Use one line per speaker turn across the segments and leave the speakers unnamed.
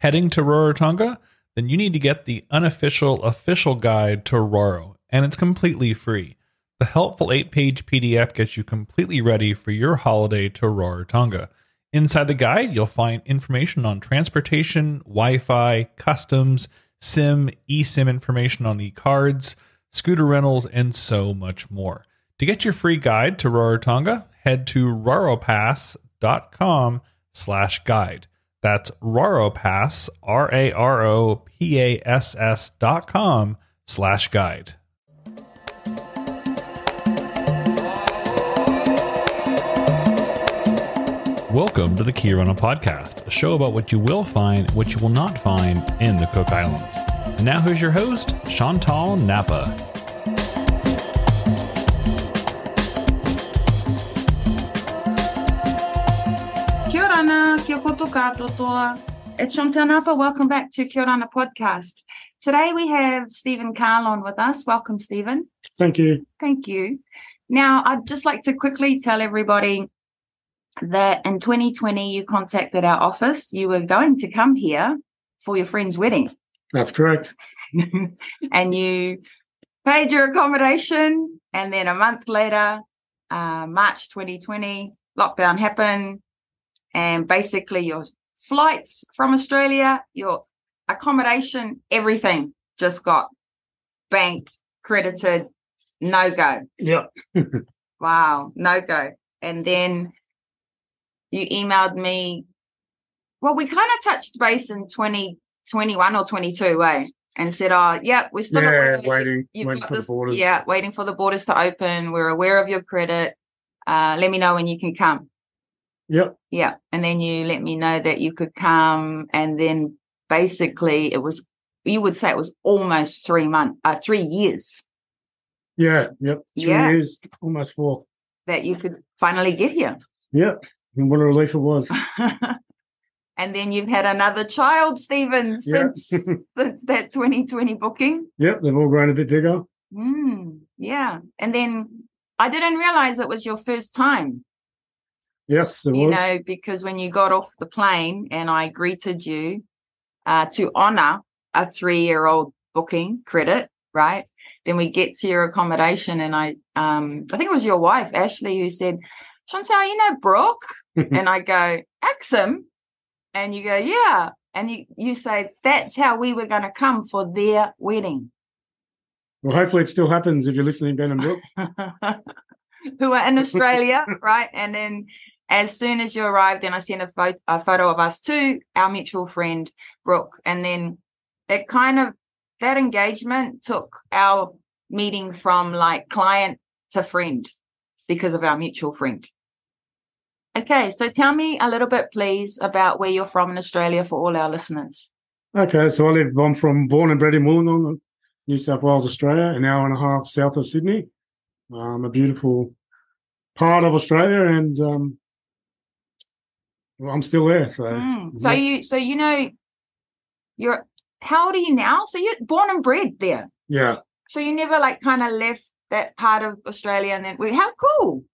heading to Rarotonga, then you need to get the unofficial official guide to Roro, and it's completely free. The helpful 8 page PDF gets you completely ready for your holiday to Rarotonga. Inside the guide, you'll find information on transportation, Wi Fi, customs, SIM, eSIM information on the cards, scooter rentals, and so much more. To get your free guide to Rarotonga, head to raropass.com slash guide. That's raropass, R-A-R-O-P-A-S-S dot com slash guide. Welcome to the Kirana Podcast, a show about what you will find, what you will not find in the Cook Islands. And now here's your host, Chantal Napa.
Kia ora, kia koto katoa. It's Chantal Napa. Welcome back to Kia ora podcast. Today we have Stephen Carlon with us. Welcome, Stephen.
Thank you.
Thank you. Now, I'd just like to quickly tell everybody that in 2020 you contacted our office. You were going to come here for your friend's wedding
That's correct.
and you paid your accommodation. And then a month later, uh, March 2020, lockdown happened. And basically, your flights from Australia, your accommodation, everything just got banked, credited, no go.
Yeah.
Wow, no go. And then you emailed me. Well, we kind of touched base in 2021 or 22, eh? And said, oh, yep, we're still not
Yeah,
really-
waiting,
you've
waiting
got
for
this-
the borders.
Yeah, waiting for the borders to open. We're aware of your credit. Uh, let me know when you can come.
Yep.
Yeah. And then you let me know that you could come. And then basically it was, you would say it was almost three months, uh, three years
Yeah. Yep. Two
Yeah.
years, almost four.
that you could finally get here.
Yep. And what a relief it was.
and then you've had another child, Stephen,
Yeah.
since, since that 2020 booking.
Yep. They've all grown a bit bigger.
Mm, yeah. And then I didn't realize it was your first time.
Yes, it
you
was.
know, because when you got off the plane and I greeted you uh, to honor a three year old booking credit, right? Then we get to your accommodation, and I, um, I think it was your wife, Ashley, who said, Chantal, you know Brooke? and I go, Axum? And you go, yeah. And you, you say, that's how we were going to come for their wedding.
well, hopefully it still happens if you're listening, Ben and Brooke.
who are in Australia, right? And then as soon as you arrived, then I sent a, pho- a photo of us to our mutual friend Brooke, and then it kind of that engagement took our meeting from like client to friend because of our mutual friend. Okay, so tell me a little bit, please, about where you're from in Australia for all our listeners.
Okay. So I live, I'm from born and bred in Wollongong, New South Wales, Australia, an hour and a half south of Sydney. Um, a beautiful part of Australia. And um, well, I'm still there. So
Mm. So
yeah.
you, so you know, you're how old are you now? So you're born and bred there.
yeah.
So you never like kind of left that part of Australia and then well, how cool.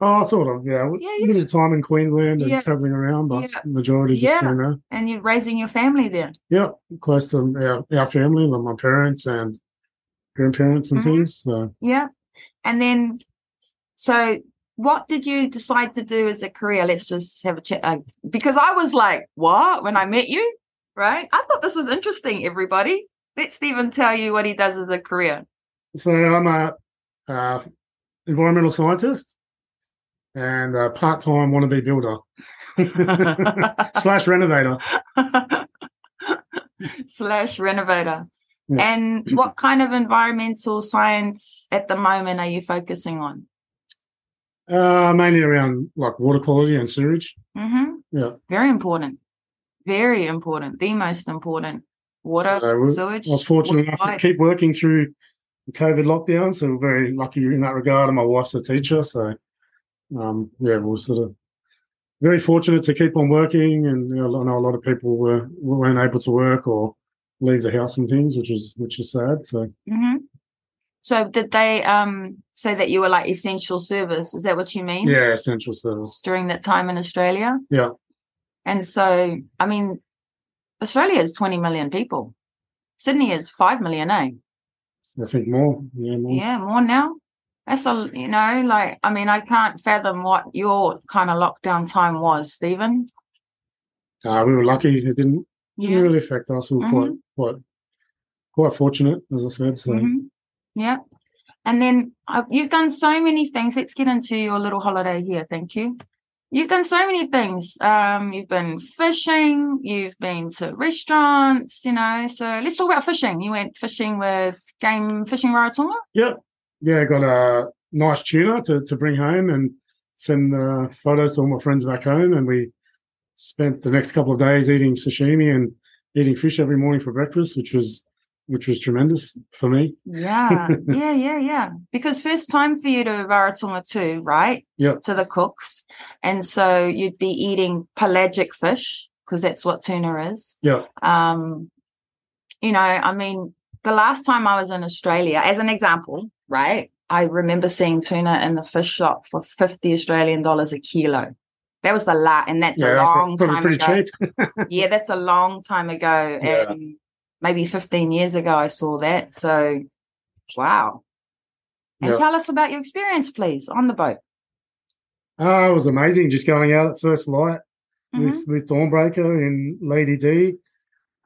Oh, sort of. Yeah. A
Yeah, yeah.
bit of time in Queensland and
Yeah.
traveling around, but
Yeah.
majority just
Yeah.
down there.
And you're raising your family there.
Yeah, close to our, our family, like my parents and grandparents and
Mhm.
things. So
Yeah. And then so what did you decide to do as a career? Let's just have a chat. Uh, because I was like, what? When I met you, right? I thought this was interesting, everybody. Let Stephen tell you what he does as a career.
so I'm a uh, environmental scientist and a part-time wannabe builder slash renovator.
Slash renovator.
Yeah.
And what kind of environmental science at the moment are you focusing on?
Uh, mainly around like water quality and sewage.
Mm-hmm.
Yeah,
Very important. Very important. The most important. Water,
So we-
sewage.
I was fortunate
water
enough to
supply.
keep working through the COVID lockdown, so we're very lucky in that regard. And my wife's a teacher, so um, yeah, we are sort of very fortunate to keep on working. And you know, I know a lot of people were weren't able to work or leave the house and things, which is which is sad. So
Mhm. So did they um say that you were like essential service? Is that what you mean?
yeah, essential service.
During that time in Australia?
Yeah.
And so I mean Australia is 20 million people. Sydney is 5 million, eh?
I think more. Yeah, more.
Yeah, more now. That's a, you know, like, I mean, I can't fathom what your kind of lockdown time was, Stephen.
Uh, we were lucky; it didn't, didn't
Yeah.
really affect us. We were
Mhm.
quite, quite, quite fortunate, as I said. So
Mhm. Yeah. And then uh, you've done so many things. Let's get into your little holiday here. Thank you. You've done so many things. Um, you've been fishing. You've been to restaurants. You know. So let's talk about fishing. You went fishing with Game Fishing Rarotonga.
yeah, I got a nice tuna to, to bring home and send uh, photos to all my friends back home. And we spent the next couple of days eating sashimi and eating fish every morning for breakfast, which was which was tremendous for me.
Yeah, yeah, yeah, yeah. Because first time for you to Rarotonga too, right?
Yep.
To the cooks, and so you'd be eating pelagic fish because that's what tuna is.
Yeah,
um you know i mean the last time i was in australia as an example right i remember seeing tuna in the fish shop for 50 australian dollars a kilo that was the lot and that's a
yeah,
long
probably
time
pretty
ago
cheap.
yeah that's a long time ago
Yeah.
and maybe 15 years ago i saw that so wow and
Yeah.
tell us about your experience please on the boat
Uh, it was amazing just going out at first light
Mhm.
with with Dawnbreaker and Lady D.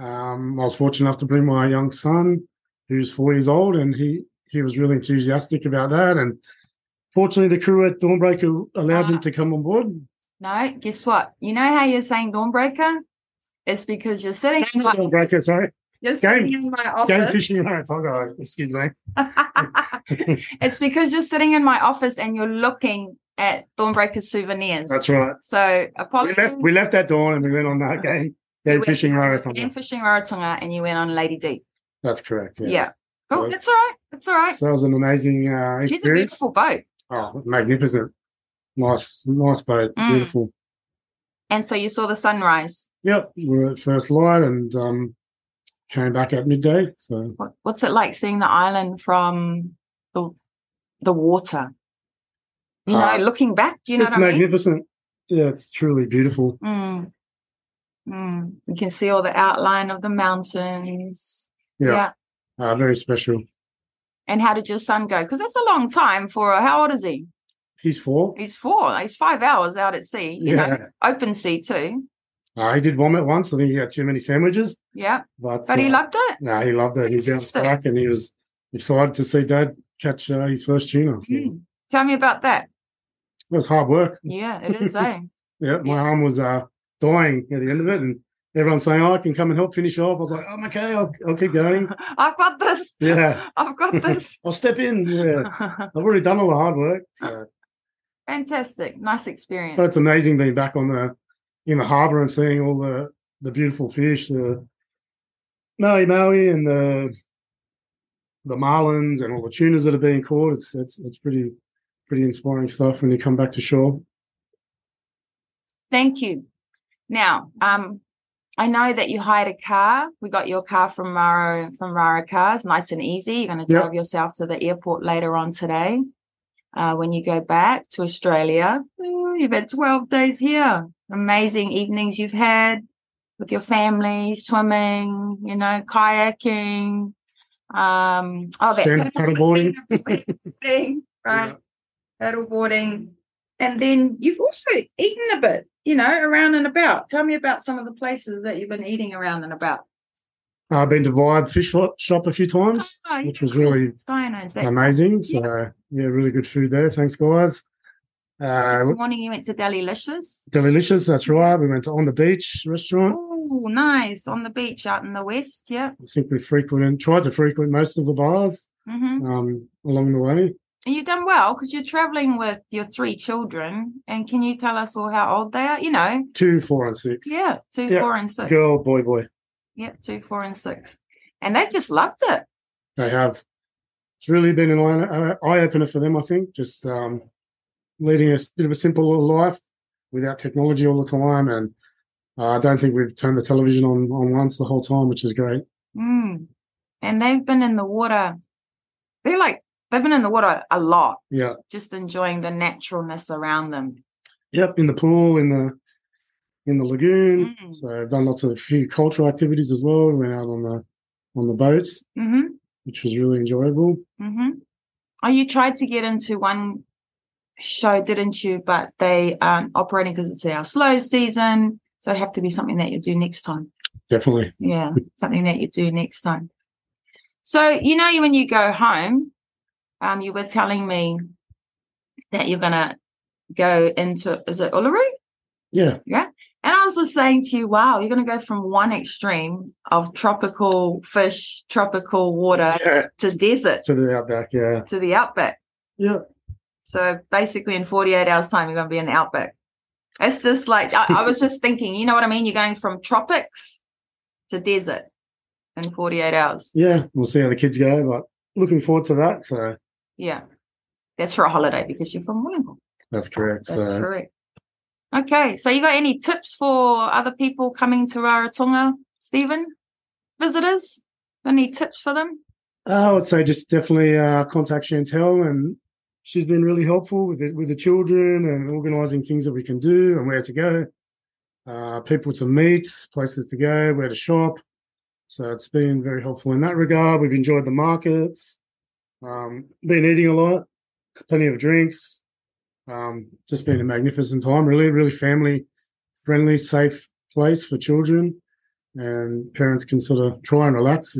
Um, I was fortunate enough to bring my young son, who's four years old, and he he was really enthusiastic about that. And fortunately, the crew at Dawnbreaker allowed
Ah.
him to come on board.
no guess what you know how you're saying dawnbreaker it's because you're sitting in my,
Dawnbreaker, sorry,
you're
Game-
sitting in my
game
office
fishing around Tonga. Excuse me.
it's because you're sitting in my office and you're looking at Thornbreaker souvenirs.
That's right.
so
We
apologies.
left we left at dawn and we went on that game
You Uh,
game
went
fishing around
and
Tonga.
fishing Rarotonga and you went on Lady D.
That's correct.
Yeah.
Yeah.
Cool.
So-
that's all right. That's all right.
So that was an amazing uh,
She's a
experience.
beautiful boat.
Oh, magnificent! Nice, nice boat.
Mm.
Beautiful.
And so you saw the sunrise.
Yep, we were at first light and um, came back at midday. So
What, what's it like seeing the island from the the water? You know,
Ah, it's-
looking back, you know
it's
what I mean?
magnificent. Yeah, it's truly beautiful.
Mm. Mm. You can see all the outline of the mountains.
Yeah.
yeah.
Uh, very special.
And how did your son go? Because that's a long time for a, how old is he?
He's four.
He's four. He's five hours out at sea. You know,
Yeah,
open sea too.
uh, he did vomit once. I think he had too many sandwiches,
Yeah,
but
but he
uh,
loved it.
No, he loved it. He bounced
Fantastic.
back and he was excited to see Dad catch uh, his first tuna. So It
Mm. Tell me about that.
was hard work.
Yeah, it is. eh?
Yeah, my
Yeah.
arm was uh, dying at the end of it, and everyone's saying, oh, "I can come and help finish off." I was like, "I'm okay. I'll, I'll keep going.
I've got this.
Yeah.
I've got this.
I'll step in." Yeah, I've already done all the hard work. So.
Fantastic. Nice
But
experience.
it's amazing being back on the in the harbour and seeing all the the beautiful fish, the Maui Maui and the the marlins and all the tunas that are being caught. It's it's it's pretty pretty inspiring stuff when you come back to shore.
Thank you. Now, um, I know that you hired a car. We got your car from Mara from Rara Cars, nice and easy. You're going to
Yep.
drive yourself to the airport later on today. Uh, when you go back to Australia, Ooh, you've had 12 days here. Amazing evenings you've had with your family, swimming, you know, kayaking. Um, oh, that
Stand- paddleboarding.
thing, right? paddleboarding. And then you've also eaten a bit, you know, around and about. Tell me about some of the places that you've been eating around and about.
Uh, I've been to Vibe Fish Lo- Shop a few times,
Oh,
which was really Um,
Dinos, that
amazing. So yeah, really good food there. Thanks, guys. Uh,
this morning you went to Delilicious.
delicious. That's right. We went to On the Beach restaurant.
Oh, nice. On the beach out in the west, yeah.
I think we frequent tried to frequent most of the bars
hmm
um, along the way.
And you've done well because you're traveling with your three children. And can you tell us all how old they are? You know,
two, four, and six.
yeah, two,
Yeah,
four, and six.
Girl, boy, boy.
Yeah, two, four, and six. And they've just loved it.
They have. It's really been an eye, eye opener for them, I think. Just um, leading a s- bit of a simple little life without technology all the time, and uh, I don't think we've turned the television on on once the whole time, which is great.
Mm. And they've been in the water. They're like they've been in the water a lot,
Yeah.
just enjoying the naturalness around them.
Yep. In the pool, in the in the lagoon.
Mm.
So I've done lots of few cultural activities as well. We went out on the on the boats,
hmm
which was really enjoyable.
hmm Oh, you tried to get into one show, didn't you? But they aren't operating because it's our slow season. So it'd have to be something that you do next time.
Definitely.
Yeah, something that you do next time. So you know, when you go home, um, you were telling me that you're gonna go into is it Uluru?
Yeah.
And I was just saying to you, wow, you're gonna go from one extreme of tropical fish, tropical water
yeah.
to desert
To the outback. Yeah.
to the outback.
Yeah.
So basically, in 48 hours' time, you're going to be in the outback. It's just like, I, I was just thinking, you know what I mean? You're going from tropics to desert in 48 hours.
Yeah. We'll see how the kids go, but looking forward to that. So
Yeah. That's for a holiday because you're from Wollongong.
that's correct.
That's
so
correct. Okay. So, you got any tips for other people coming to Rarotonga, Stephen? Visitors? Any tips for them?
Uh, I would say just definitely uh, contact Chantel, and she's been really helpful with the, with the children and organising things that we can do and where to go, uh, people to meet, places to go, where to shop. So it's been very helpful in that regard. We've enjoyed the markets, um, been eating a lot, plenty of drinks. Um, just been a magnificent time. Really, really family friendly, safe place for children, and parents can sort of try and relax.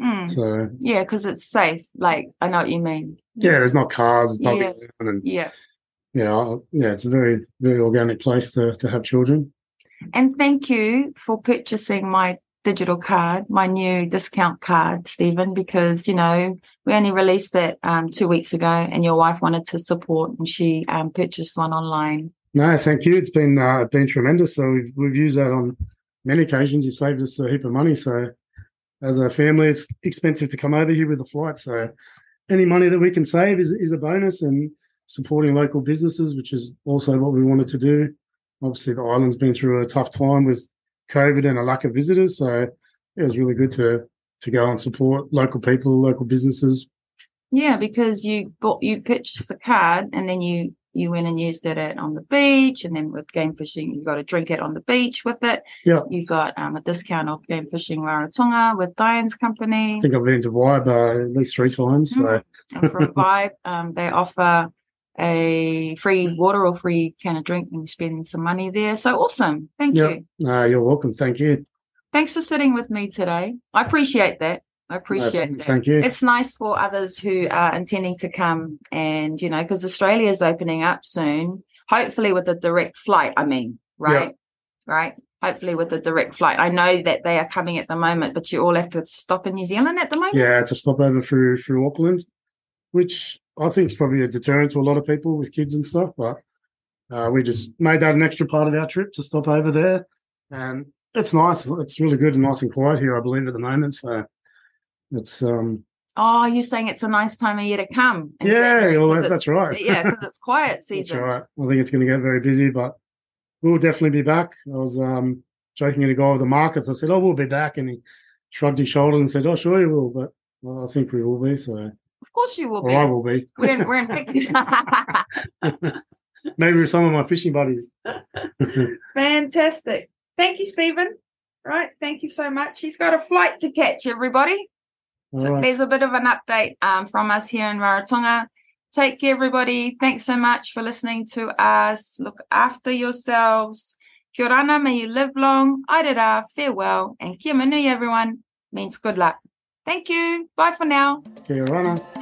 Mm.
So
Yeah, because it's safe. Like, I know what you mean.
yeah, there's not cars buzzing
Yeah.
around, and
Yeah.
you know, yeah, it's a very very organic place to to have children.
And thank you for purchasing my digital card, my new discount card, Stephen, because, you know, we only released it um, two weeks ago and your wife wanted to support and she um, purchased one online.
No, thank you. It's been uh, been tremendous. So we've we've used that on many occasions. You've saved us a heap of money. So as a family, it's expensive to come over here with a flight. So any money that we can save is is a bonus, and supporting local businesses, which is also what we wanted to do. Obviously, the island's been through a tough time with COVID and a lack of visitors. So it was really good to to go and support local people, local businesses.
Yeah, because you bought, you purchased the card and then you, you went and used it at, on the beach and then with game fishing, you got to drink it on the beach with it.
Yeah.
You got um, a discount off game fishing Rarotonga with Diane's company.
I think I've been to Waiba at least three times. So
Mm. and from Vibe, um, they offer a free water or free can of drink and spend some money there. So awesome. Thank
Yeah.
you.
uh, you're welcome. Thank you.
Thanks for sitting with me today. I appreciate that. I
No,
appreciate
thanks,
that.
Thank you.
It's nice for others who are intending to come and, you know, because Australia is opening up soon, hopefully with a direct flight, I mean, right? Right? Hopefully with a direct flight. I know that they are coming at the moment, but you all have to stop in New Zealand at the moment.
yeah, it's a stopover through through Auckland, which I think is probably a deterrent to a lot of people with kids and stuff. But uh, we just made that an extra part of our trip to stop over there, and it's nice. It's really good and nice and quiet here, I believe, at the moment. So it's um
Oh, you're saying it's a nice time of year to come. in
yeah,
January
well,
'cause
that, that's
it's-
right.
yeah, because it's quiet
That's
season.
right. I think it's going to get very busy, but we'll definitely be back. I was um, joking at a guy with the markets. I said, "Oh, we'll be back," and he shrugged his shoulders and said, "Oh, sure you will," but well, I think we will be. So,
Of course you will
or
be.
I will be.
We're in, we're in pic-
Maybe with some of my fishing buddies.
Fantastic. Thank you, Stephen. Right. Thank you so much. He's got a flight to catch, everybody.
All
So
right.
there's a bit of an update um, from us here in Rarotonga. Take care, everybody. Thanks so much for listening to us. Look after yourselves. Kia ora, may you live long. Airera, farewell. And kia manui, everyone, means good luck. Thank you. Bye for now.
Okay, Rana.